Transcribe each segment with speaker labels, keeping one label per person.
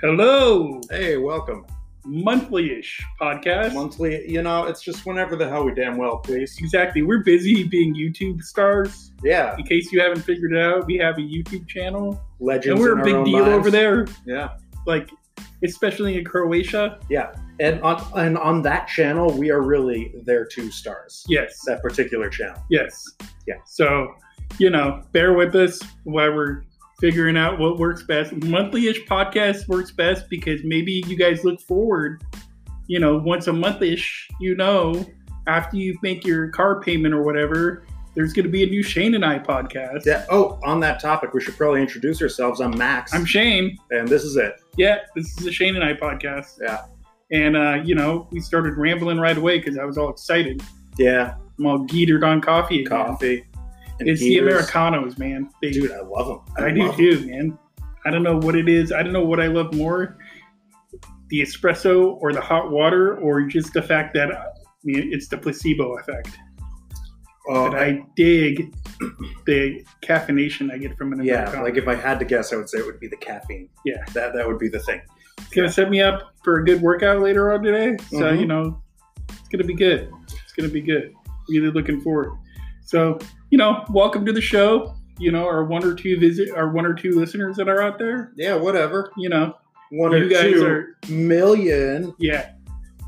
Speaker 1: Hello,
Speaker 2: Hey, welcome.
Speaker 1: monthly ish podcast.
Speaker 2: Monthly, you know, it's just whenever the hell we damn well please.
Speaker 1: Exactly. We're busy being YouTube stars.
Speaker 2: Yeah,
Speaker 1: In case you haven't figured it out, we have a YouTube channel. And
Speaker 2: legends.
Speaker 1: we're
Speaker 2: in
Speaker 1: a
Speaker 2: our
Speaker 1: big
Speaker 2: own
Speaker 1: deal
Speaker 2: minds.
Speaker 1: over there,
Speaker 2: Yeah,
Speaker 1: like, especially in Croatia.
Speaker 2: and on and on that channel, we are really their two stars.
Speaker 1: Yes.
Speaker 2: That particular channel.
Speaker 1: Yes.
Speaker 2: Yeah.
Speaker 1: So, you know, bear with us while we're figuring out what works best. Monthly ish podcast works best because maybe you guys look forward, you know, once a month ish, you know, after you make your car payment or whatever, there's going to be a new Shane and I podcast.
Speaker 2: Yeah. Oh, on that topic, we should probably introduce ourselves. I'm Max,
Speaker 1: I'm Shane.
Speaker 2: and this is it.
Speaker 1: Yeah, this is the Shane and I podcast.
Speaker 2: Yeah.
Speaker 1: And, uh, you know, we started rambling right away because I was all excited.
Speaker 2: Yeah,
Speaker 1: I'm all geetered on coffee. again.
Speaker 2: coffee. and
Speaker 1: It's the
Speaker 2: heaters.
Speaker 1: Americanos, man. They-
Speaker 2: Dude, I love them.
Speaker 1: I do too, man. I don't know what it is. I don't know what I love more the espresso or the hot water or just the fact that I mean, it's the placebo effect.
Speaker 2: Oh,
Speaker 1: But I dig the caffeination I get from an
Speaker 2: yeah,
Speaker 1: Americano.
Speaker 2: like if I had to guess, I would say it would be the caffeine.
Speaker 1: Yeah.
Speaker 2: That that would be the thing.
Speaker 1: it's going to set me up for a good workout later on today. So,
Speaker 2: Mhm.
Speaker 1: you know, it's going to be good. It's going to be good. Really looking forward. So, you know, welcome to the show. You know, our one or two visit, our one or two listeners that are out there.
Speaker 2: Yeah, whatever.
Speaker 1: You know,
Speaker 2: One
Speaker 1: you
Speaker 2: or
Speaker 1: guys
Speaker 2: two
Speaker 1: are
Speaker 2: million.
Speaker 1: Yeah.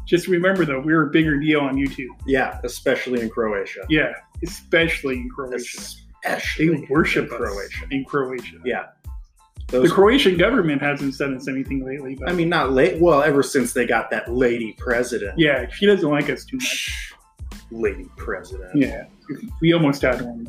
Speaker 1: Just remember though, we're a bigger deal on YouTube.
Speaker 2: Yeah, especially in Croatia.
Speaker 1: Yeah, especially in Croatia. They
Speaker 2: Especially
Speaker 1: worship
Speaker 2: in
Speaker 1: us
Speaker 2: Croatia.
Speaker 1: in Croatia.
Speaker 2: Yeah,
Speaker 1: The
Speaker 2: Those,
Speaker 1: Croatian government hasn't sent us anything lately, but
Speaker 2: I mean, not late. Well, ever since they got that lady president.
Speaker 1: yeah, she doesn't like us too much.
Speaker 2: Shh, Lady president.
Speaker 1: Yeah, we almost had one.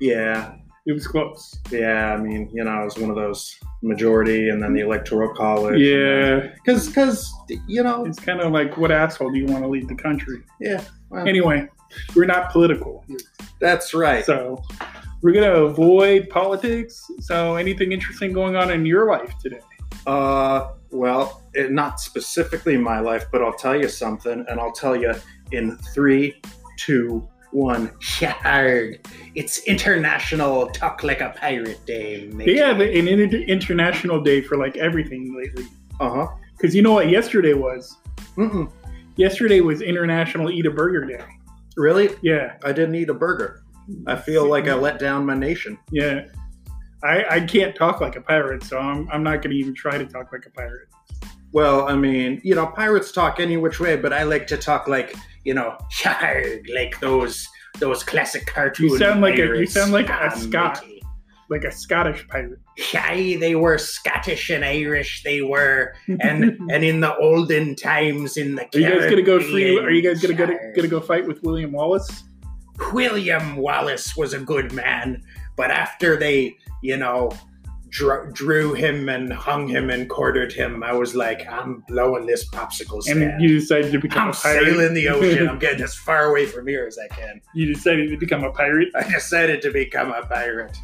Speaker 2: yeah,
Speaker 1: It was close.
Speaker 2: yeah, I mean, you know, it was one of those majority, and then the electoral college.
Speaker 1: Yeah,
Speaker 2: because because you know,
Speaker 1: it's kind of like what asshole do you want to lead the country?
Speaker 2: Yeah, well.
Speaker 1: Anyway, we're not political,
Speaker 2: that's right.
Speaker 1: so we're gonna avoid politics. So anything interesting going on in your life today?
Speaker 2: Uh, well, it, not specifically in my life, but I'll tell you something, and I'll tell you in three, two, one. Yard. It's International Talk Like a Pirate Day.
Speaker 1: They have an inter- international day for like everything lately.
Speaker 2: Uh huh.
Speaker 1: Because you know what yesterday was?
Speaker 2: Mm-mm.
Speaker 1: Yesterday was International Eat a Burger Day.
Speaker 2: Really?
Speaker 1: Yeah,
Speaker 2: I didn't eat a burger. I feel like I let down my nation.
Speaker 1: yeah. I, I can't talk like a pirate, so I'm, I'm not going to even try to talk like a pirate.
Speaker 2: Well, I mean, you know, pirates talk any which way, but I like to talk like, you know, yard, like those those classic cartoons.
Speaker 1: sound like a- you sound like a Scot. Like a Scottish pirate.
Speaker 2: Aye, they were Scottish and Irish. They were, and and in the olden times, in the
Speaker 1: are you guys going to go free?
Speaker 2: Caribbean,
Speaker 1: Are you guys going to go
Speaker 2: yard.
Speaker 1: going to go fight with William Wallace?
Speaker 2: William Wallace was a good man, but after they, you know, drew, drew him and hung him and quartered him, I was like, I'm blowing this popsicle
Speaker 1: And
Speaker 2: stand.
Speaker 1: you decided to become
Speaker 2: I'm
Speaker 1: a pirate.
Speaker 2: sailing the ocean. I'm getting as far away from here as I can.
Speaker 1: you decided to become a pirate
Speaker 2: I decided to become a pirate.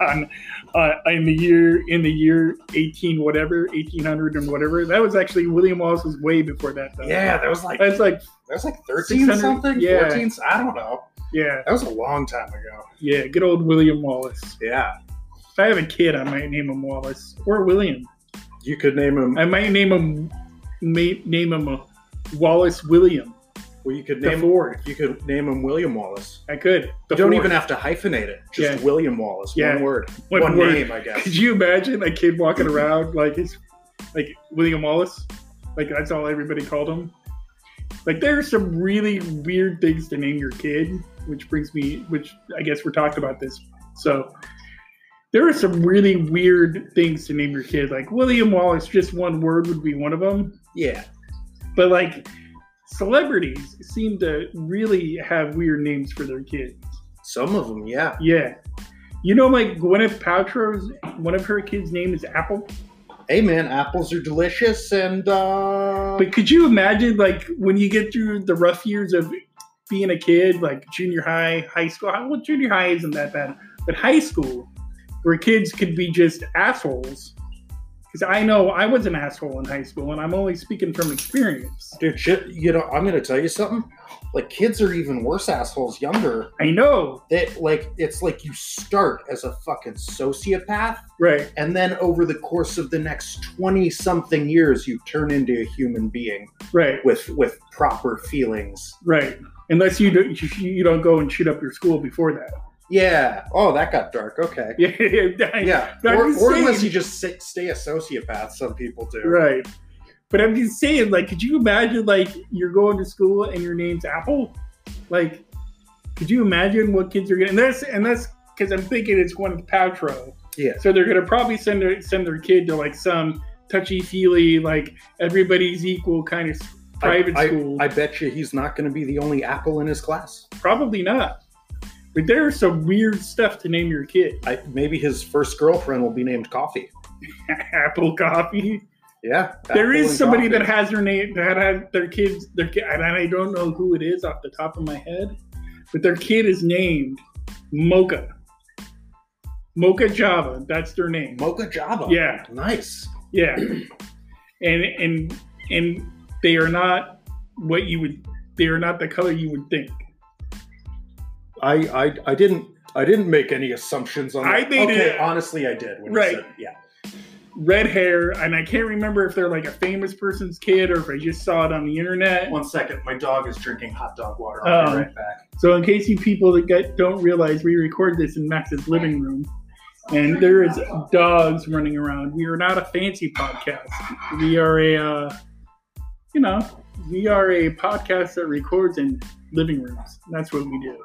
Speaker 1: on uh, in the year in the year 18 whatever 1800 and whatever. That was actually William Wallace was way before that though.
Speaker 2: Yeah, that was like that
Speaker 1: That's like
Speaker 2: was like 13
Speaker 1: 600
Speaker 2: something,
Speaker 1: yeah.
Speaker 2: 14. I don't know.
Speaker 1: yeah,
Speaker 2: That was a long time ago.
Speaker 1: yeah, good old William Wallace.
Speaker 2: Yeah.
Speaker 1: If I have a kid, I might name him Wallace or William.
Speaker 2: You could name him.
Speaker 1: I might name him may, name him uh, Wallace William
Speaker 2: Well, you could
Speaker 1: the
Speaker 2: name.
Speaker 1: fourth.
Speaker 2: You could name him William Wallace.
Speaker 1: I could. The
Speaker 2: you don't
Speaker 1: fourth.
Speaker 2: even have to hyphenate it. Just
Speaker 1: Yeah.
Speaker 2: William Wallace.
Speaker 1: Yeah.
Speaker 2: One word.
Speaker 1: One
Speaker 2: one
Speaker 1: word.
Speaker 2: name, I guess.
Speaker 1: Could you imagine a kid walking around like his like William Wallace? Like that's all everybody called him. Like there are some really weird things to name your kid, which brings me which I guess we're talking about this. So there are some really weird things to name your kid. Like William Wallace, just one word would be one of them.
Speaker 2: Yeah.
Speaker 1: But like celebrities seem to really have weird names for their kids.
Speaker 2: Some of them, yeah.
Speaker 1: Yeah. You know, like Gwyneth Paltrow's one of her kids' name is Apple.
Speaker 2: Hey, man, apples are delicious, and uh,
Speaker 1: But could you imagine, like, when you get through the rough years of being a kid, like junior high, high school? Well, junior high isn't that bad, but high school, where kids could be just assholes Because I know I was an asshole in high school, and I'm only speaking from experience.
Speaker 2: Dude, shit, you know, I'm gonna tell you something. Like kids are even worse assholes younger.
Speaker 1: I know,
Speaker 2: That like it's like you start as a fucking sociopath,
Speaker 1: right?
Speaker 2: and then over the course of the next twenty something years, you turn into a human being
Speaker 1: Right,
Speaker 2: with with proper feelings.
Speaker 1: right. Unless you do, you don't go and shoot up your school before that.
Speaker 2: Yeah. Oh, that got dark. Okay.
Speaker 1: Yeah, yeah,
Speaker 2: Yeah.
Speaker 1: But I'm
Speaker 2: Or,
Speaker 1: just
Speaker 2: or unless
Speaker 1: saying-
Speaker 2: you just sit, stay a sociopath, some people do.
Speaker 1: right. But I'm just saying, like, could you imagine, like, you're going to school and your name's Apple? Like, could you imagine what kids are getting? And that's and that's because I'm thinking it's Gwyneth Paltrow.
Speaker 2: Yeah.
Speaker 1: So they're gonna probably send their send their kid to like some touchy feely, like everybody's equal kind of s- private
Speaker 2: I, I-
Speaker 1: school.
Speaker 2: I bet you he's not going to be the only apple in his class.
Speaker 1: probably not. But there's some weird stuff to name your kid.
Speaker 2: I, maybe his first girlfriend will be named Coffee.
Speaker 1: Apple coffee.
Speaker 2: Yeah.
Speaker 1: There
Speaker 2: Apple
Speaker 1: is
Speaker 2: and
Speaker 1: somebody
Speaker 2: Coffee.
Speaker 1: that has their name that had their kids their kid and I don't know who it is off the top of my head, but their kid is named Mocha. Mocha Java, that's their name.
Speaker 2: Mocha Java.
Speaker 1: Yeah.
Speaker 2: Nice.
Speaker 1: Yeah. And and and they are not what you would they are not the color you would think.
Speaker 2: I, I I didn't I didn't make any assumptions on.
Speaker 1: I
Speaker 2: that.
Speaker 1: made
Speaker 2: okay,
Speaker 1: it-
Speaker 2: honestly, I did. When you
Speaker 1: Right.
Speaker 2: said- yeah.
Speaker 1: Red hair, and I can't remember if they're like a famous person's kid or if I just saw it on the internet.
Speaker 2: One second, my dog is drinking hot dog water.
Speaker 1: I'll be
Speaker 2: I'll be
Speaker 1: Um,
Speaker 2: right back.
Speaker 1: So, in case you people that get, don't realize, we record this in Max's living room, and there is dogs running around. We are not a fancy podcast. We are a, uh, you know, we are a podcast that records in living rooms. That's what we do,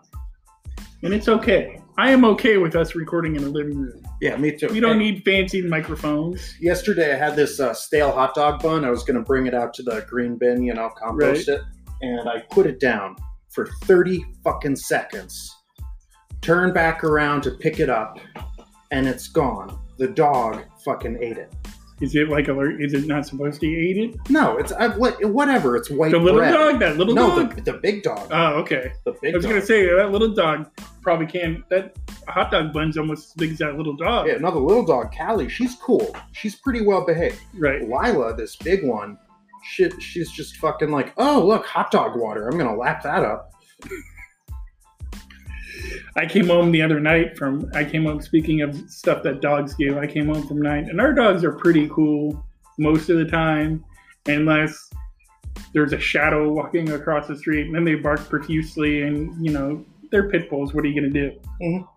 Speaker 1: and it's okay. I am okay with us recording in a living room.
Speaker 2: Yeah, me too.
Speaker 1: We don't
Speaker 2: And
Speaker 1: need fancy microphones.
Speaker 2: Yesterday, I had this uh, stale hot dog bun. I was going to bring it out to the green bin, you know, compost it, and I put it down for thirty fucking seconds. Turn back around to pick it up, and it's gone. The dog fucking ate it.
Speaker 1: Is it like alert? Is it not supposed to eat it?
Speaker 2: No, it's I, what, whatever. It's white
Speaker 1: The little
Speaker 2: bread.
Speaker 1: dog, that little
Speaker 2: No,
Speaker 1: dog.
Speaker 2: the, the big dog.
Speaker 1: oh, okay.
Speaker 2: the big
Speaker 1: I was
Speaker 2: dog.
Speaker 1: gonna say that little dog probably can. That hot dog bun's almost as big as that little dog,
Speaker 2: Yeah, another little dog, Callie. She's cool. She's pretty well behaved.
Speaker 1: right?
Speaker 2: Lila, this big one, shit, she's just fucking like, oh look, hot dog water. I'm gonna lap that up.
Speaker 1: I came home the other night from. I came home speaking of stuff that dogs do. I came home from night, and our dogs are pretty cool most of the time, unless there's a shadow walking across the street, and then they bark profusely, and you know they're pit bulls. What are you gonna do?
Speaker 2: Mhm.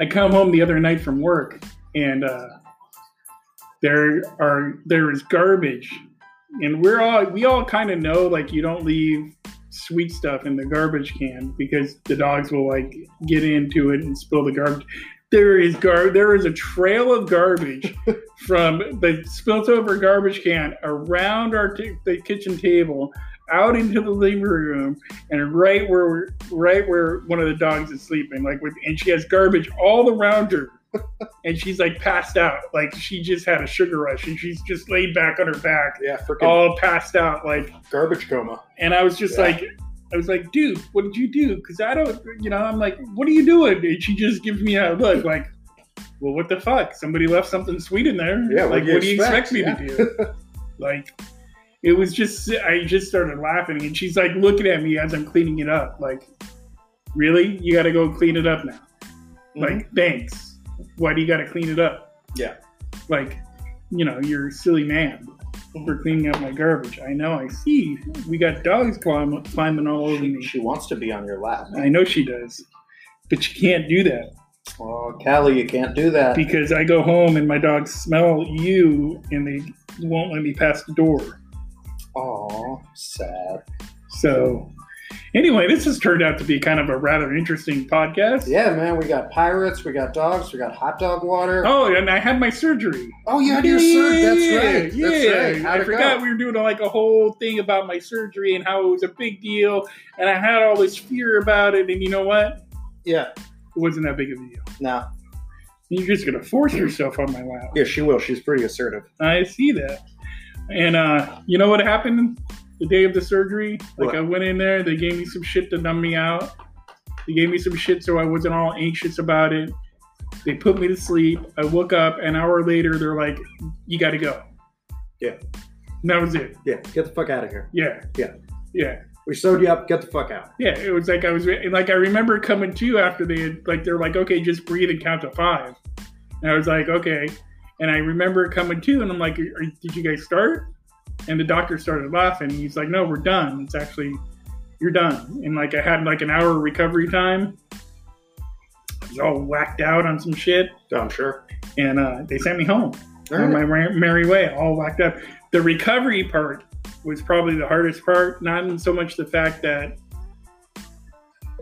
Speaker 1: I come home the other night from work, and uh, there are there is garbage, and we're all we all kind of know like you don't leave sweet stuff in the garbage can because the dogs will like get into it and spill the garbage. There is gar there is a trail of garbage from the spilt over garbage can around our t- the kitchen table out into the living room and right where we're, right where one of the dogs is sleeping like with and she has garbage all around her and she's like passed out like she just had a sugar rush and she's just laid back on her back
Speaker 2: Yeah, freaking
Speaker 1: all passed out like
Speaker 2: garbage coma.
Speaker 1: and I was just
Speaker 2: Yeah.
Speaker 1: like, I was like, dude, what did you do? Because I don't, you know, I'm like, what are you doing? And she just gives me a look like, well, what the fuck? Somebody left something sweet in there.
Speaker 2: Yeah,
Speaker 1: like,
Speaker 2: what do you
Speaker 1: what do you expect
Speaker 2: expect?
Speaker 1: me to do? like, it was just, I just started laughing, and she's like looking at me as I'm cleaning it up. Like, really? You got to go clean it up now? Mm-hmm. Like, thanks. Why do you got to clean it up?
Speaker 2: Mm-hmm. Yeah.
Speaker 1: Like, you know, you're a silly man
Speaker 2: Mm-hmm.
Speaker 1: for cleaning up my garbage. I know, I see. We got dogs climb, climbing all over
Speaker 2: she,
Speaker 1: me.
Speaker 2: she wants to be on your lap.
Speaker 1: I know she does. But she can't do that
Speaker 2: Oh, Callie, you can't do that.
Speaker 1: because I go home and my dogs smell you and they won't let me pass the door.
Speaker 2: Aw, sad.
Speaker 1: So, anyway, this has turned out to be kind of a rather interesting podcast.
Speaker 2: Yeah, man, we got pirates, we got dogs, we got hot dog water.
Speaker 1: Oh, and I had my surgery.
Speaker 2: Oh, you had your
Speaker 1: Yeah,
Speaker 2: cert. That's right.
Speaker 1: Yeah,
Speaker 2: That's right. How'd
Speaker 1: I
Speaker 2: it go?
Speaker 1: forgot we were doing like a whole thing about my surgery and how it was a big deal, and I had all this fear about it. And you know what?
Speaker 2: Yeah.
Speaker 1: It wasn't that big of a deal.
Speaker 2: No.
Speaker 1: You're just gonna force yourself on my lap.
Speaker 2: Yeah, she will. She's pretty assertive.
Speaker 1: I see that. And uh, you know what happened the day of the surgery? Like
Speaker 2: What?
Speaker 1: I went in there, they gave me some shit to numb me out. They gave me some shit so I wasn't all anxious about it. They put me to sleep. I woke up an hour later. They're like, "You got to go."
Speaker 2: Yeah.
Speaker 1: And that was it.
Speaker 2: Yeah, get the fuck out of here.
Speaker 1: Yeah.
Speaker 2: Yeah.
Speaker 1: Yeah.
Speaker 2: We sewed you up. Get the fuck out.
Speaker 1: Yeah. It was like I was and like I remember coming to after they had like they're like, "Okay, just breathe and count to five. And I was like, "Okay." And I remember coming to, and I'm like, Are, "Did you guys start?" And the doctor started laughing. He's like, "No, we're done. It's actually." You're done. And like I had like an hour recovery time. I was all whacked out on some shit.
Speaker 2: I'm sure.
Speaker 1: and uh, they sent me home
Speaker 2: All
Speaker 1: on
Speaker 2: right.
Speaker 1: my mer- merry way, all locked up. The recovery part was probably the hardest part, not in so much the fact that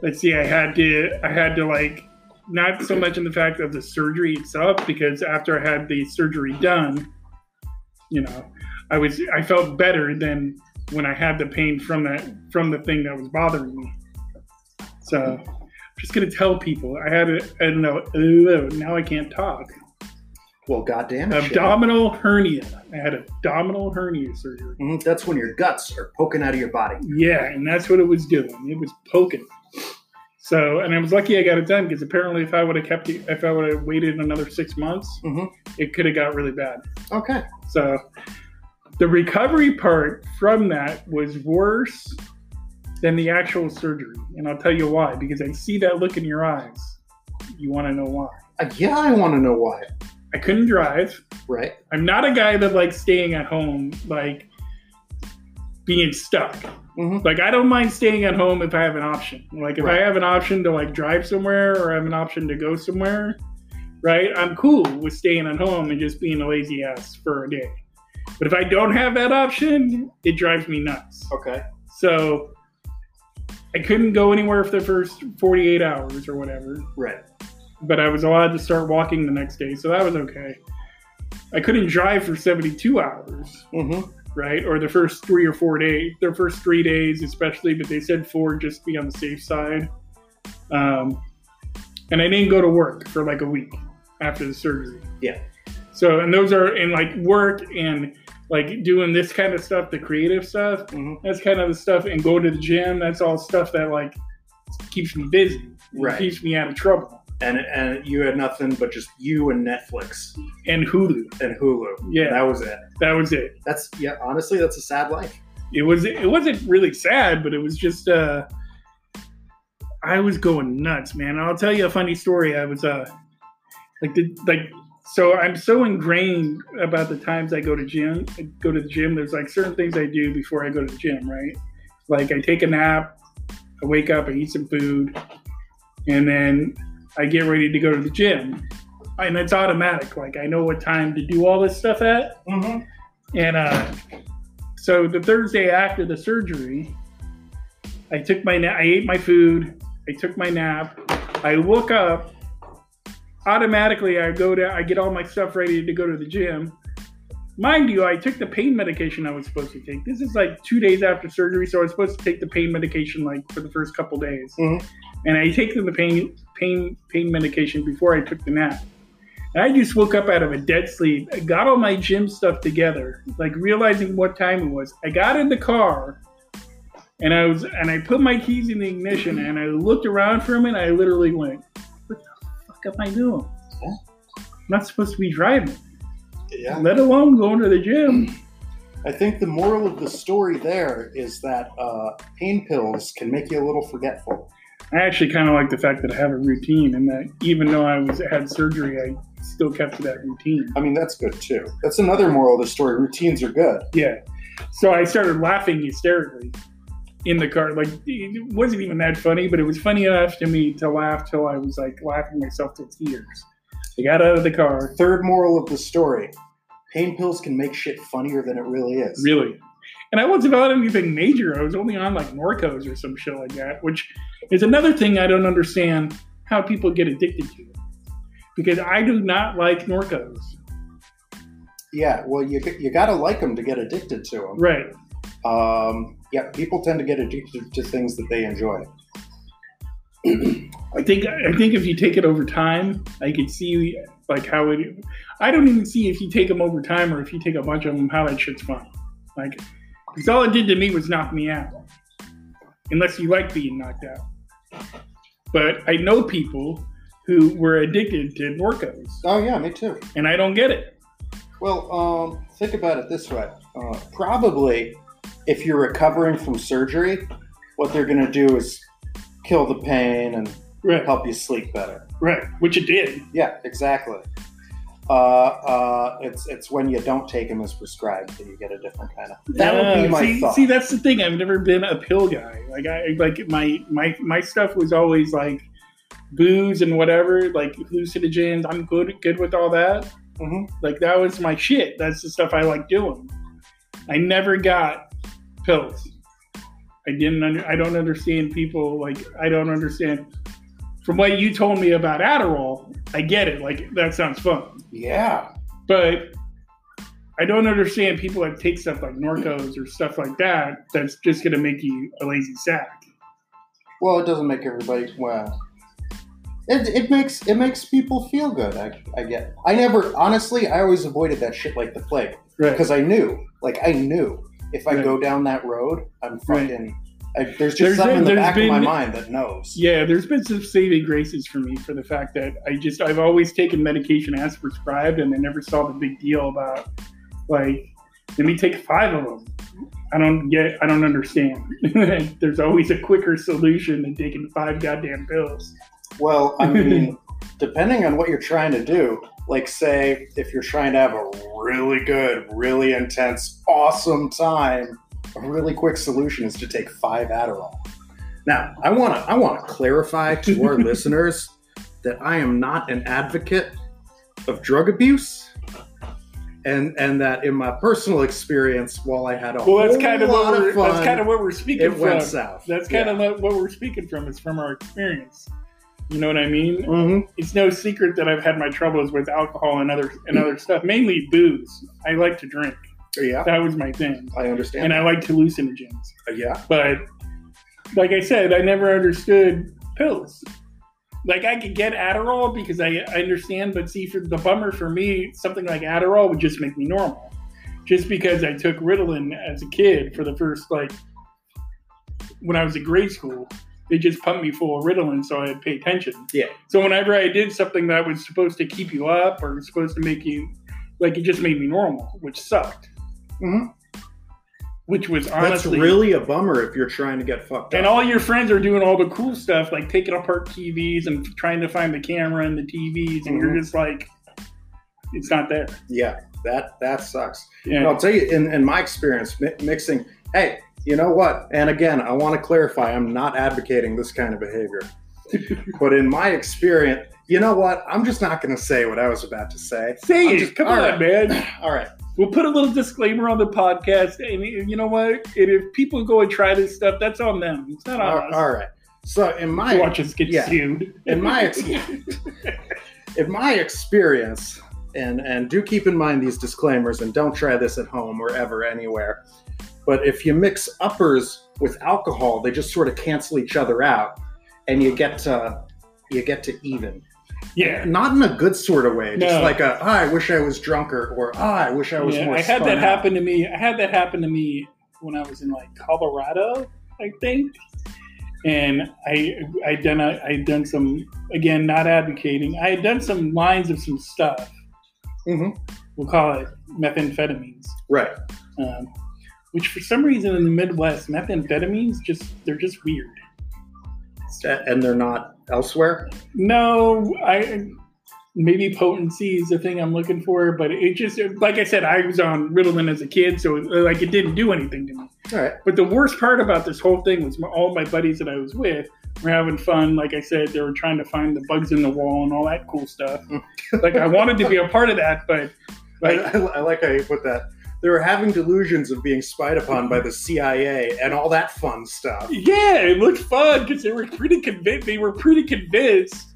Speaker 1: let's see, I had to, I had to like, not so much in the fact of the surgery itself, because after I had the surgery done, you know, I was, I felt better than when I had the pain from that, from the thing that was bothering me. So. I'm Just gonna tell people I had a, I don't know, now I can't talk
Speaker 2: Well, goddamn it. Shannon.
Speaker 1: abdominal hernia. I had abdominal hernia surgery.
Speaker 2: Mhm, That's when your guts are poking out of your body.
Speaker 1: Yeah, and that's what it was doing. It was poking. So, and I was lucky I got it done because apparently, if I would have kept it, if I would have waited another six months,
Speaker 2: Mhm.
Speaker 1: it could have got really bad.
Speaker 2: Okay.
Speaker 1: So, the recovery part from that was worse than the actual surgery, and I'll tell you why. Because I see that look in your eyes. You want to know why?
Speaker 2: Uh, yeah, I want to know why.
Speaker 1: I couldn't drive.
Speaker 2: Right.
Speaker 1: I'm not a guy that likes staying at home, like being stuck.
Speaker 2: Mhm.
Speaker 1: Like I don't mind staying at home if I have an option. Like if
Speaker 2: Right.
Speaker 1: I have an option to like drive somewhere or I have an option to go somewhere, right? I'm cool with staying at home and just being a lazy ass for a day. But if I don't have that option, it drives me nuts.
Speaker 2: Okay.
Speaker 1: So I couldn't go anywhere for the first 48 hours or whatever
Speaker 2: Right.
Speaker 1: but I was allowed to start walking the next day, so that was okay. I couldn't drive for 72 hours,
Speaker 2: Mm-hmm.
Speaker 1: right? Or the first three or four days, their first three days, especially, but they said four just to be on the safe side. Um, and I didn't go to work for like a week after the surgery.
Speaker 2: Yeah.
Speaker 1: So, and those are, and like work and like doing this kind of stuff, the creative stuff,
Speaker 2: Mhm.
Speaker 1: that's kind of the stuff, and going to the gym, that's all stuff that like keeps me busy, and
Speaker 2: Right.
Speaker 1: keeps me out of trouble.
Speaker 2: And and you had nothing but just you and Netflix
Speaker 1: And Hulu.
Speaker 2: and Hulu.
Speaker 1: Yeah.
Speaker 2: That was it.
Speaker 1: that was it.
Speaker 2: That's yeah. Honestly, that's a sad life.
Speaker 1: It was it wasn't really sad, but it was just uh I was going nuts, man. I'll tell you a funny story. I was uh like the, like so I'm so ingrained about the times I go to gym I go to the gym. There's like certain things I do before I go to the gym, right? Like I take a nap, I wake up, I eat some food, and then I get ready to go to the gym. And it's automatic. Like I know what time to do all this stuff at.
Speaker 2: Mm-hmm.
Speaker 1: And uh, so the Thursday after the surgery, I took my na- I ate my food. I took my nap. I woke up. Automatically, I go to I get all my stuff ready to go to the gym. Mind you, I took the pain medication I was supposed to take. This is like two days after surgery, so I was supposed to take the pain medication like for the first couple days.
Speaker 2: Mhm.
Speaker 1: And I take the pain pain pain medication before I took the nap. And I just woke up out of a dead sleep. I got all my gym stuff together, like realizing what time it was. I got in the car and I was and I put my keys in the ignition and I looked around for a minute. I literally went, What the fuck am I doing? I'm not supposed to be driving,
Speaker 2: Yeah.
Speaker 1: let alone going to the gym.
Speaker 2: I think the moral of the story there is that uh, pain pills can make you a little forgetful.
Speaker 1: I actually kind of like the fact that I have a routine and that even though I was had surgery, I still kept to that routine.
Speaker 2: I mean, that's good too. That's another moral of the story. Routines are good.
Speaker 1: Yeah. So I started laughing hysterically in the car. Like it wasn't even that funny, but it was funny enough to me to laugh till I was like laughing myself to tears. I got out of the car.
Speaker 2: Third moral of the story pain pills can make shit funnier than it really is.
Speaker 1: Really. And I wasn't on anything major. I was only on like Norco's or some shit like that, which is another thing I don't understand how people get addicted to. Because I do not like Norco's.
Speaker 2: Yeah, well, you, you gotta like them to get addicted to them.
Speaker 1: Right.
Speaker 2: Um, yeah, people tend to get addicted to things that they enjoy.
Speaker 1: I think I think if you take it over time, I could see like how it. I don't even see if you take them over time or if you take a bunch of them how that shit's fun. Like, because all it did to me was knock me out. Unless you like being knocked out. But I know people who were addicted to Norcos,
Speaker 2: Oh yeah, me too.
Speaker 1: and I don't get it.
Speaker 2: Well, um, think about it this way. Uh, probably, if you're recovering from surgery, what they're going to do is kill the pain and
Speaker 1: Right,
Speaker 2: help you sleep better.
Speaker 1: right, which it did.
Speaker 2: Yeah, exactly. Uh, uh, it's it's when you don't take them as prescribed that you get a different kind of. That would
Speaker 1: Yeah,
Speaker 2: be my
Speaker 1: see,
Speaker 2: thought.
Speaker 1: see, that's the thing. I've never been a pill guy. Like I like my my my stuff was always like booze and whatever, like hallucinogens. I'm good good with all that.
Speaker 2: Mhm.
Speaker 1: Like that was my shit. That's the stuff I like doing. I never got pills. I didn't. Under, I don't understand people. Like I don't understand. From what you told me about Adderall, I get it. Like that sounds fun,
Speaker 2: Yeah,
Speaker 1: but I don't understand people that take stuff like Norcos or stuff like that. That's just gonna make you a lazy sack.
Speaker 2: Well, it doesn't make everybody well. It, it makes it makes people feel good. I, I get. I never honestly. I always avoided that shit like the plague
Speaker 1: Right.
Speaker 2: because I knew. Like I knew if I
Speaker 1: Right.
Speaker 2: go down that road, I'm
Speaker 1: Right.
Speaker 2: fucking. I, there's just
Speaker 1: There's
Speaker 2: something
Speaker 1: been-
Speaker 2: in the
Speaker 1: there's
Speaker 2: back of my
Speaker 1: been-
Speaker 2: mind that knows.
Speaker 1: Yeah, there's been some saving graces for me for the fact that I just I've always taken medication as prescribed, and I never saw the big deal about like let me take five of them. I don't get, I don't understand. there's always a quicker solution than taking five goddamn pills.
Speaker 2: Well, I mean, depending on what you're trying to do, like say if you're trying to have a really good, really intense, awesome time, a really quick solution is to take five Adderall. Now, I want to I want to clarify to our listeners that I am not an advocate of drug abuse. And, and that in my personal experience, while I had a
Speaker 1: Well, that's
Speaker 2: whole
Speaker 1: kind of
Speaker 2: lot
Speaker 1: what we're,
Speaker 2: of fun,
Speaker 1: that's kind of what we're speaking
Speaker 2: it
Speaker 1: from.
Speaker 2: went south.
Speaker 1: That's kind of what- what we're speaking from is from our experience. You know what I mean?
Speaker 2: hmm
Speaker 1: It's no secret that I've had my troubles with alcohol and other and other stuff, mainly booze. I like to drink.
Speaker 2: yeah.
Speaker 1: That was my thing.
Speaker 2: I understand.
Speaker 1: And I liked hallucinogens.
Speaker 2: yeah.
Speaker 1: But like I said, I never understood pills. Like I could get Adderall because I, I understand, but see, for the bummer for me, something like Adderall would just make me normal, just because I took Ritalin as a kid for the first like when I was in grade school. They just pumped me full of Ritalin so I'd pay attention.
Speaker 2: Yeah.
Speaker 1: So whenever I did something that was supposed to keep you up or supposed to make you like, it just made me normal, which sucked.
Speaker 2: Mhm.
Speaker 1: Which was honestly
Speaker 2: That's really a bummer if you're trying to get fucked
Speaker 1: and
Speaker 2: up.
Speaker 1: all your friends are doing all the cool stuff, like taking apart TVs and trying to find the camera and the TVs, and
Speaker 2: Mm-hmm.
Speaker 1: you're just like, it's not there.
Speaker 2: yeah, that that sucks. And
Speaker 1: Yeah,
Speaker 2: I'll tell you, in, in my experience, mi- mixing. Hey, you know what? And again, I want to clarify, I'm not advocating this kind of behavior. but in my experience, you know what? I'm just not going to say what I was about to say.
Speaker 1: say
Speaker 2: I'm
Speaker 1: it.
Speaker 2: just-
Speaker 1: Come
Speaker 2: all
Speaker 1: on,
Speaker 2: right.
Speaker 1: man.
Speaker 2: All right.
Speaker 1: We'll put a little disclaimer on the podcast, and you know what? And if people go and try this stuff, that's on them. It's not on
Speaker 2: All,
Speaker 1: us.
Speaker 2: all right. So in my
Speaker 1: Watch us get
Speaker 2: yeah.
Speaker 1: sued.
Speaker 2: in my ex- in my experience and and do keep in mind these disclaimers and don't try this at home or ever anywhere but if you mix uppers with alcohol they just sort of cancel each other out and you get to you get to even
Speaker 1: yeah.
Speaker 2: not in a good sort of way just
Speaker 1: No.
Speaker 2: like a "Ah, i wish i was drunker or "Ah, i wish i was
Speaker 1: yeah,
Speaker 2: more
Speaker 1: I had
Speaker 2: spun
Speaker 1: that
Speaker 2: out."
Speaker 1: happen to me. I had that happen to me when I was in like Colorado, I think. And I I done a, I done some again not advocating. I had done some lines of some stuff.
Speaker 2: Mhm.
Speaker 1: We'll call it methamphetamines,
Speaker 2: right
Speaker 1: um, which for some reason in the Midwest, methamphetamines just they're just weird.
Speaker 2: A- and they're not elsewhere
Speaker 1: No, I maybe potency is the thing I'm looking for, but it just like I said, I was on Ritalin as a kid, so it, like it didn't do anything to me.
Speaker 2: all right
Speaker 1: But the worst part about this whole thing was my, all my buddies that I was with were having fun. Like I said, they were trying to find the bugs in the wall and all that cool stuff. like I wanted to be a part of that, but
Speaker 2: I,
Speaker 1: like,
Speaker 2: I, I like how you put that. They were having delusions of being spied upon by the CIA and all that fun stuff.
Speaker 1: yeah, it looked fun because they were pretty convinced. They were pretty convinced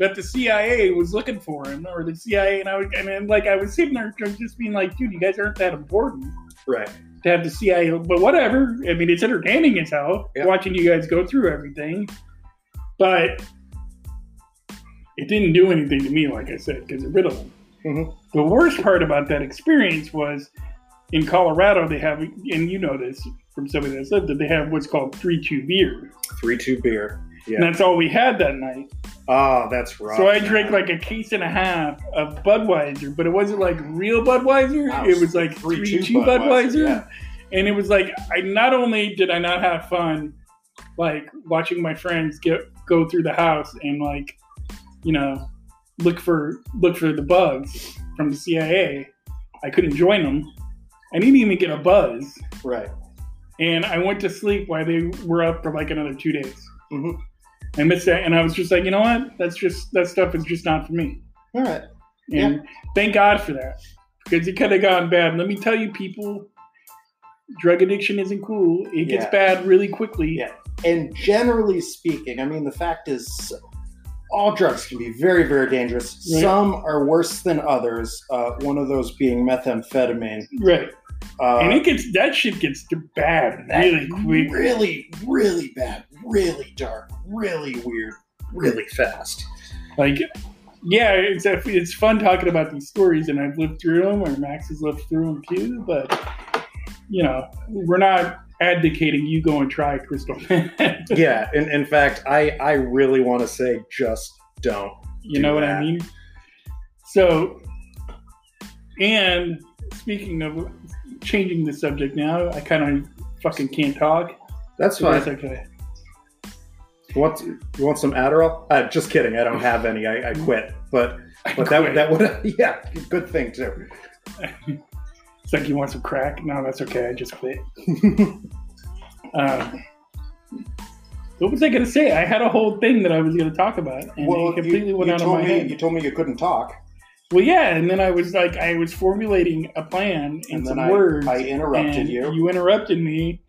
Speaker 1: that the CIA was looking for him, or the CIA. And I was, and then, like I was sitting there just being like, dude, you guys aren't that important.
Speaker 2: Right.
Speaker 1: to have the CIA, but whatever. I mean, it's entertaining as hell
Speaker 2: Yeah.
Speaker 1: watching you guys go through everything, but it didn't do anything to me, like I said, because of Ritalin.
Speaker 2: Mhm.
Speaker 1: The worst part about that experience was in Colorado, they have, and you know this from somebody that's lived there, they have what's called 3 2 beer.
Speaker 2: Three two beer.
Speaker 1: And that's all we had that night.
Speaker 2: Oh, that's rough.
Speaker 1: so I
Speaker 2: man.
Speaker 1: drank like a case and a half of Budweiser, but it wasn't like real Budweiser.
Speaker 2: Wow,
Speaker 1: it was like three, two, Budweiser,
Speaker 2: yeah.
Speaker 1: and it was like I not only did I not have fun, like watching my friends get go through the house and like, you know, look for look for the bugs from the CIA. I couldn't join them. I didn't even get a buzz,
Speaker 2: Right.
Speaker 1: and I went to sleep while they were up for like another two days.
Speaker 2: Mhm.
Speaker 1: I missed that, and I was just like, you know what? That's just that stuff is just not for me.
Speaker 2: All right.
Speaker 1: And thank God for that because it could have gone bad. Let me tell you, people, drug addiction isn't cool. It gets
Speaker 2: Yeah.
Speaker 1: bad really quickly.
Speaker 2: Yeah. And generally speaking, I mean, the fact is, all drugs can be very, very dangerous.
Speaker 1: Right.
Speaker 2: Some are worse than others. Uh, one of those being methamphetamine.
Speaker 1: Right.
Speaker 2: Uh,
Speaker 1: and it gets that shit gets d- bad
Speaker 2: that
Speaker 1: really quick.
Speaker 2: really, really bad, really dark, really weird, really fast.
Speaker 1: Like, yeah, it's it's fun talking about these stories, and I've lived through them, or Max has lived through them too. But you know, we're not advocating you go and try crystal meth.
Speaker 2: yeah. In, in fact, I, I really want to say just don't.
Speaker 1: You
Speaker 2: do
Speaker 1: know what
Speaker 2: that.
Speaker 1: I mean? So, and speaking of changing the subject now, I kind of fucking can't talk.
Speaker 2: That's
Speaker 1: So
Speaker 2: fine.
Speaker 1: that's okay.
Speaker 2: Want you want some Adderall? Uh, just kidding. I don't have any. I, I quit. But but that
Speaker 1: Quit.
Speaker 2: that would yeah, good thing too.
Speaker 1: it's like you want some crack? No, that's okay. I just quit. um, what was I gonna say? I had a whole thing that I was gonna talk about, and
Speaker 2: well,
Speaker 1: it completely
Speaker 2: you,
Speaker 1: went
Speaker 2: you
Speaker 1: out of
Speaker 2: told
Speaker 1: my
Speaker 2: me
Speaker 1: head.
Speaker 2: you told me you couldn't talk,
Speaker 1: well, yeah, and then I was like, I was formulating a plan and,
Speaker 2: and
Speaker 1: some
Speaker 2: then I,
Speaker 1: words.
Speaker 2: I interrupted
Speaker 1: and
Speaker 2: you.
Speaker 1: You interrupted me,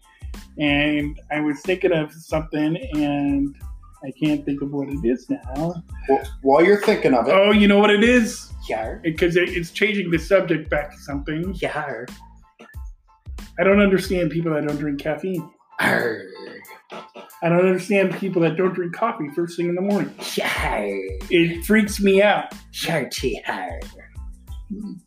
Speaker 1: and I was thinking of something, and I can't think of what it is now.
Speaker 2: Well, while you're thinking of it,
Speaker 1: Oh, you know what it is?
Speaker 2: yar,
Speaker 1: Because it, it's changing the subject back to something.
Speaker 2: yar,
Speaker 1: I don't understand people that don't drink caffeine.
Speaker 2: arg,
Speaker 1: I don't understand people that don't drink coffee first thing in the morning.
Speaker 2: yar,
Speaker 1: It freaks me out.
Speaker 2: yar, tee, yar.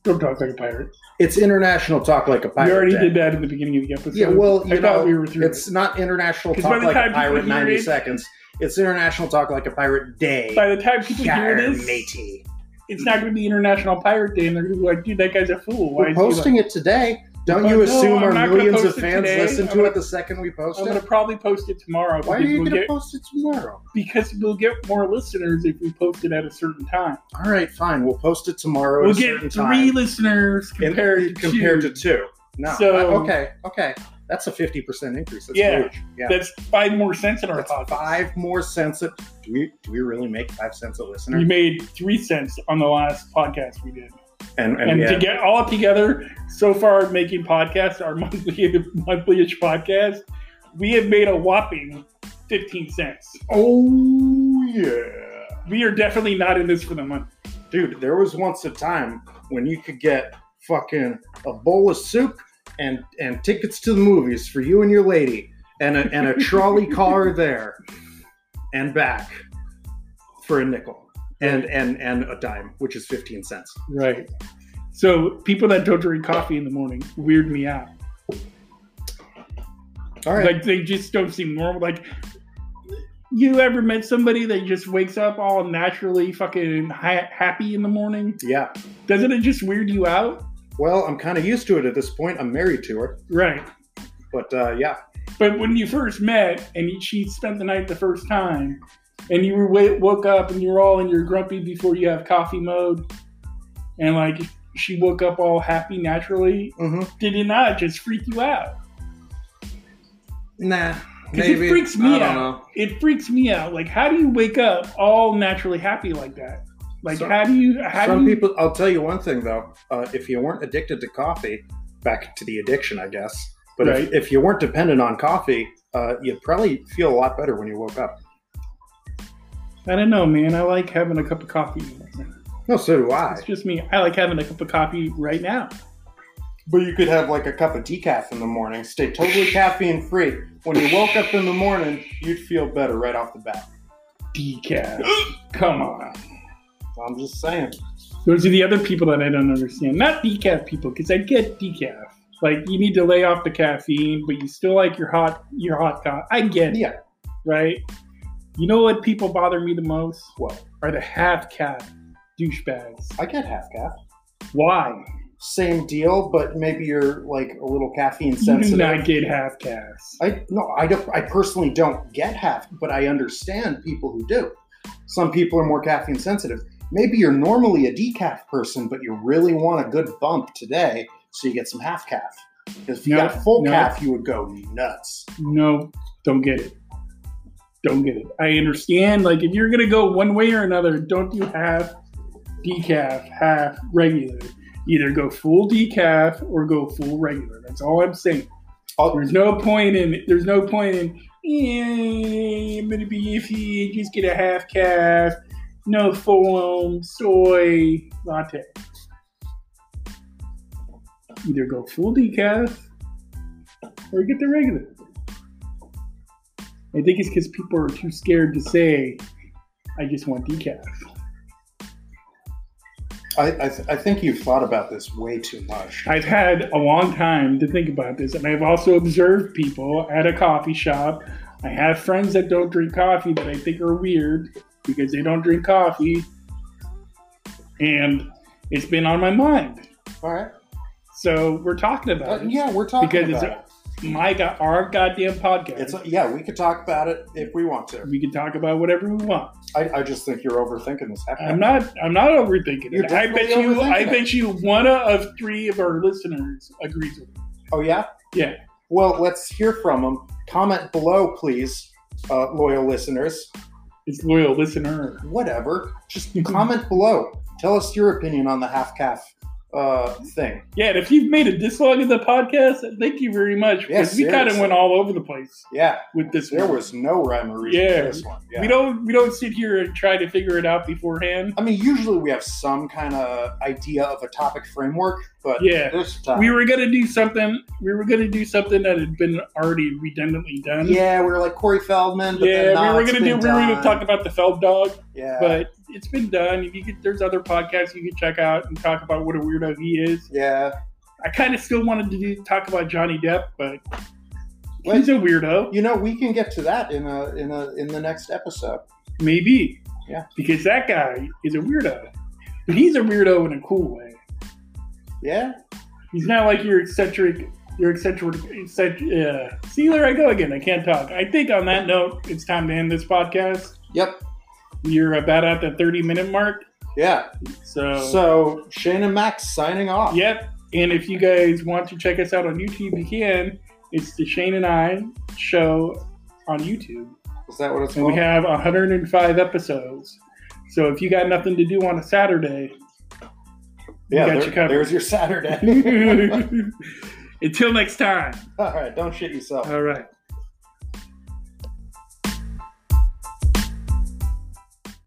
Speaker 1: Don't talk like a pirate.
Speaker 2: It's international talk like a pirate.
Speaker 1: we already
Speaker 2: Day.
Speaker 1: did that at the beginning of the episode.
Speaker 2: Yeah, well,
Speaker 1: I
Speaker 2: you
Speaker 1: thought
Speaker 2: know,
Speaker 1: we were through.
Speaker 2: It's
Speaker 1: it.
Speaker 2: not international
Speaker 1: 'Cause
Speaker 2: talk
Speaker 1: by the
Speaker 2: like
Speaker 1: time
Speaker 2: a
Speaker 1: people
Speaker 2: pirate.
Speaker 1: hear
Speaker 2: Ninety
Speaker 1: it-
Speaker 2: seconds. It's international talk like a pirate day.
Speaker 1: By the time people hear
Speaker 2: Yar,
Speaker 1: this,
Speaker 2: matey.
Speaker 1: it's not going to be International Pirate Day, and they're going to be like, "Dude, that guy's a fool." Why
Speaker 2: We're
Speaker 1: is he like-
Speaker 2: posting it today. Don't
Speaker 1: Oh,
Speaker 2: you
Speaker 1: no,
Speaker 2: assume
Speaker 1: I'm
Speaker 2: our
Speaker 1: not gonna
Speaker 2: millions of
Speaker 1: post it
Speaker 2: fans
Speaker 1: today.
Speaker 2: listen
Speaker 1: I'm
Speaker 2: to
Speaker 1: gonna-
Speaker 2: it the second we post
Speaker 1: I'm
Speaker 2: it?
Speaker 1: gonna probably post it tomorrow
Speaker 2: Why are
Speaker 1: because
Speaker 2: you
Speaker 1: we'll
Speaker 2: going to
Speaker 1: get
Speaker 2: post it tomorrow?
Speaker 1: because we'll get more listeners if we post it at a certain time.
Speaker 2: All right, fine. We'll post it tomorrow
Speaker 1: We'll
Speaker 2: at a
Speaker 1: get
Speaker 2: certain
Speaker 1: three
Speaker 2: time.
Speaker 1: listeners
Speaker 2: In-
Speaker 1: compared to
Speaker 2: compared
Speaker 1: two.
Speaker 2: to two. No.
Speaker 1: So-
Speaker 2: I- okay, okay. That's a 50% increase. That's
Speaker 1: Yeah.
Speaker 2: huge. Yeah.
Speaker 1: That's five more cents in our
Speaker 2: That's
Speaker 1: podcast.
Speaker 2: five more cents. A, do, we, do we really make five cents a listener?
Speaker 1: We made three cents on the last podcast we did,
Speaker 2: and and,
Speaker 1: and
Speaker 2: yeah,
Speaker 1: to get all together, so far making podcasts our monthly monthly-ish podcast, we have made a whopping fifteen cents.
Speaker 2: oh, yeah.
Speaker 1: We are definitely not in this for the money.
Speaker 2: Dude, there was once a time when you could get fucking a bowl of soup and and tickets to the movies for you and your lady, and a, and a trolley car there and back for a nickel and and and a dime, which is fifteen cents.
Speaker 1: Right. So people that don't drink coffee in the morning weird me out.
Speaker 2: All right,
Speaker 1: Like they just don't seem normal. Like you ever met somebody that just wakes up all naturally fucking ha- happy in the morning?
Speaker 2: yeah.
Speaker 1: Doesn't it just weird you out?
Speaker 2: Well, I'm kind of used to it at this point. I'm married to her,
Speaker 1: Right.
Speaker 2: but uh, yeah,
Speaker 1: But when you first met and she spent the night the first time, and you were wa- woke up and you were all in your grumpy before you have coffee mode, and like she woke up all happy naturally,
Speaker 2: hmm
Speaker 1: did it not just freak you out?
Speaker 2: nah.
Speaker 1: 'Cause it
Speaker 2: Maybe
Speaker 1: freaks me
Speaker 2: I don't
Speaker 1: out.
Speaker 2: know.
Speaker 1: it freaks me out. Like, how do you wake up all naturally happy like that? Like,
Speaker 2: Some-
Speaker 1: how do you? How
Speaker 2: Some
Speaker 1: do you,
Speaker 2: people, I'll tell you one thing though. Uh, if you weren't addicted to coffee, back to the addiction, I guess. But
Speaker 1: Right.
Speaker 2: if, if you weren't dependent on coffee, uh, you'd probably feel a lot better when you woke up.
Speaker 1: I don't know, man. I like having a cup of coffee.
Speaker 2: No, so do
Speaker 1: It's
Speaker 2: I.
Speaker 1: just me. I like having a cup of coffee right now.
Speaker 2: But you could have like a cup of decaf in the morning, stay totally caffeine free. When you woke up in the morning, you'd feel better right off the bat.
Speaker 1: Decaf. Come on.
Speaker 2: I'm just saying.
Speaker 1: Those are the other people that I don't understand. Not decaf people, because I get decaf. Like, you need to lay off the caffeine, but you still like your hot, your hot coffee. I get it.
Speaker 2: Yeah.
Speaker 1: Right. You know what people bother me the most?
Speaker 2: What?
Speaker 1: Are the half cap douchebags.
Speaker 2: I get half calf.
Speaker 1: Why?
Speaker 2: Same deal, but maybe you're like a little caffeine
Speaker 1: You do
Speaker 2: sensitive.
Speaker 1: not get half casts.
Speaker 2: I no, I don't. I personally don't get half, but I understand people who do. Some people are more caffeine sensitive. Maybe you're normally a decaf person, but you really want a good bump today, so you get some half calf. Because if you
Speaker 1: No,
Speaker 2: got full
Speaker 1: no.
Speaker 2: calf, you would go nuts.
Speaker 1: No, don't get it. Don't get it. I understand. Like, if you're going to go one way or another, don't do half decaf, half regular. Either go full decaf or go full regular. That's all I'm saying.
Speaker 2: Oh,
Speaker 1: There's no point in, there's no point in, eh, I'm going to be iffy, just get a half calf, no foam, soy, latte. Either go full decaf or get the regular. I think it's because people are too scared to say, I just want decaf.
Speaker 2: I I, th- I think you've thought about this way too much.
Speaker 1: I've had a long time to think about this, and I've also observed people at a coffee shop. I have friends that don't drink coffee that I think are weird because they don't drink coffee, and it's been on my mind.
Speaker 2: All right.
Speaker 1: So we're talking about
Speaker 2: Uh,
Speaker 1: it.
Speaker 2: yeah, we're talking
Speaker 1: Because it's
Speaker 2: about
Speaker 1: a- My go- our goddamn podcast.
Speaker 2: it. It's yeah, we could talk about it if we want to.
Speaker 1: we can talk about whatever we want.
Speaker 2: I, I just think you're overthinking this.
Speaker 1: I'm not. I'm not overthinking
Speaker 2: You're
Speaker 1: it. I bet
Speaker 2: definitely
Speaker 1: you. I
Speaker 2: overthinking it.
Speaker 1: bet you. One of three of our listeners agrees with me.
Speaker 2: Oh yeah.
Speaker 1: Yeah.
Speaker 2: Well, let's hear from them. Comment below, please, uh, loyal listeners.
Speaker 1: It's loyal listener.
Speaker 2: Whatever. Just comment below. Tell us your opinion on the half calf uh, thing.
Speaker 1: Yeah, and if you've made it this long in the podcast, thank you very much.
Speaker 2: Yeah,
Speaker 1: Because we kind of
Speaker 2: seriously.
Speaker 1: went all over the place
Speaker 2: Yeah,
Speaker 1: with this
Speaker 2: there
Speaker 1: one.
Speaker 2: was no rhyme or reason
Speaker 1: Yeah.
Speaker 2: for this one. Yeah.
Speaker 1: We don't. We don't sit here and try to figure it out beforehand.
Speaker 2: I mean, usually we have some kind of idea of a topic framework, but
Speaker 1: Yeah.
Speaker 2: this time,
Speaker 1: We were gonna do something. We were gonna do something that had been already redundantly done.
Speaker 2: yeah, we were like Corey Feldman. But then,
Speaker 1: Yeah,
Speaker 2: nah,
Speaker 1: we were
Speaker 2: it's
Speaker 1: gonna do.
Speaker 2: been
Speaker 1: We were gonna
Speaker 2: done.
Speaker 1: talk about the Feld dog.
Speaker 2: Yeah,
Speaker 1: but it's been done. If you could, there's other podcasts you can check out and talk about what a weirdo he is.
Speaker 2: yeah.
Speaker 1: I kind of still wanted to do, talk about Johnny Depp, but
Speaker 2: What?
Speaker 1: he's a weirdo.
Speaker 2: You know, we can get to that in a in a in the next episode.
Speaker 1: Maybe,
Speaker 2: Yeah.
Speaker 1: because that guy is a weirdo, but he's a weirdo in a cool way.
Speaker 2: Yeah,
Speaker 1: He's not like your eccentric, your eccentric. eccentric uh, see, there I go again. I can't talk. I think on that note, it's time to end this podcast.
Speaker 2: yep,
Speaker 1: You're about at the 30 minute mark,
Speaker 2: yeah. So Shane and Max signing off.
Speaker 1: Yep. And if you guys want to check us out on YouTube, you can. It's the Shane and I show on YouTube.
Speaker 2: Is that what it's
Speaker 1: And
Speaker 2: called?
Speaker 1: we have 105 episodes. So if you got nothing to do on a Saturday,
Speaker 2: yeah,
Speaker 1: got
Speaker 2: there-
Speaker 1: you covered.
Speaker 2: there's your Saturday.
Speaker 1: until next time.
Speaker 2: All right, don't shit yourself.
Speaker 1: All right.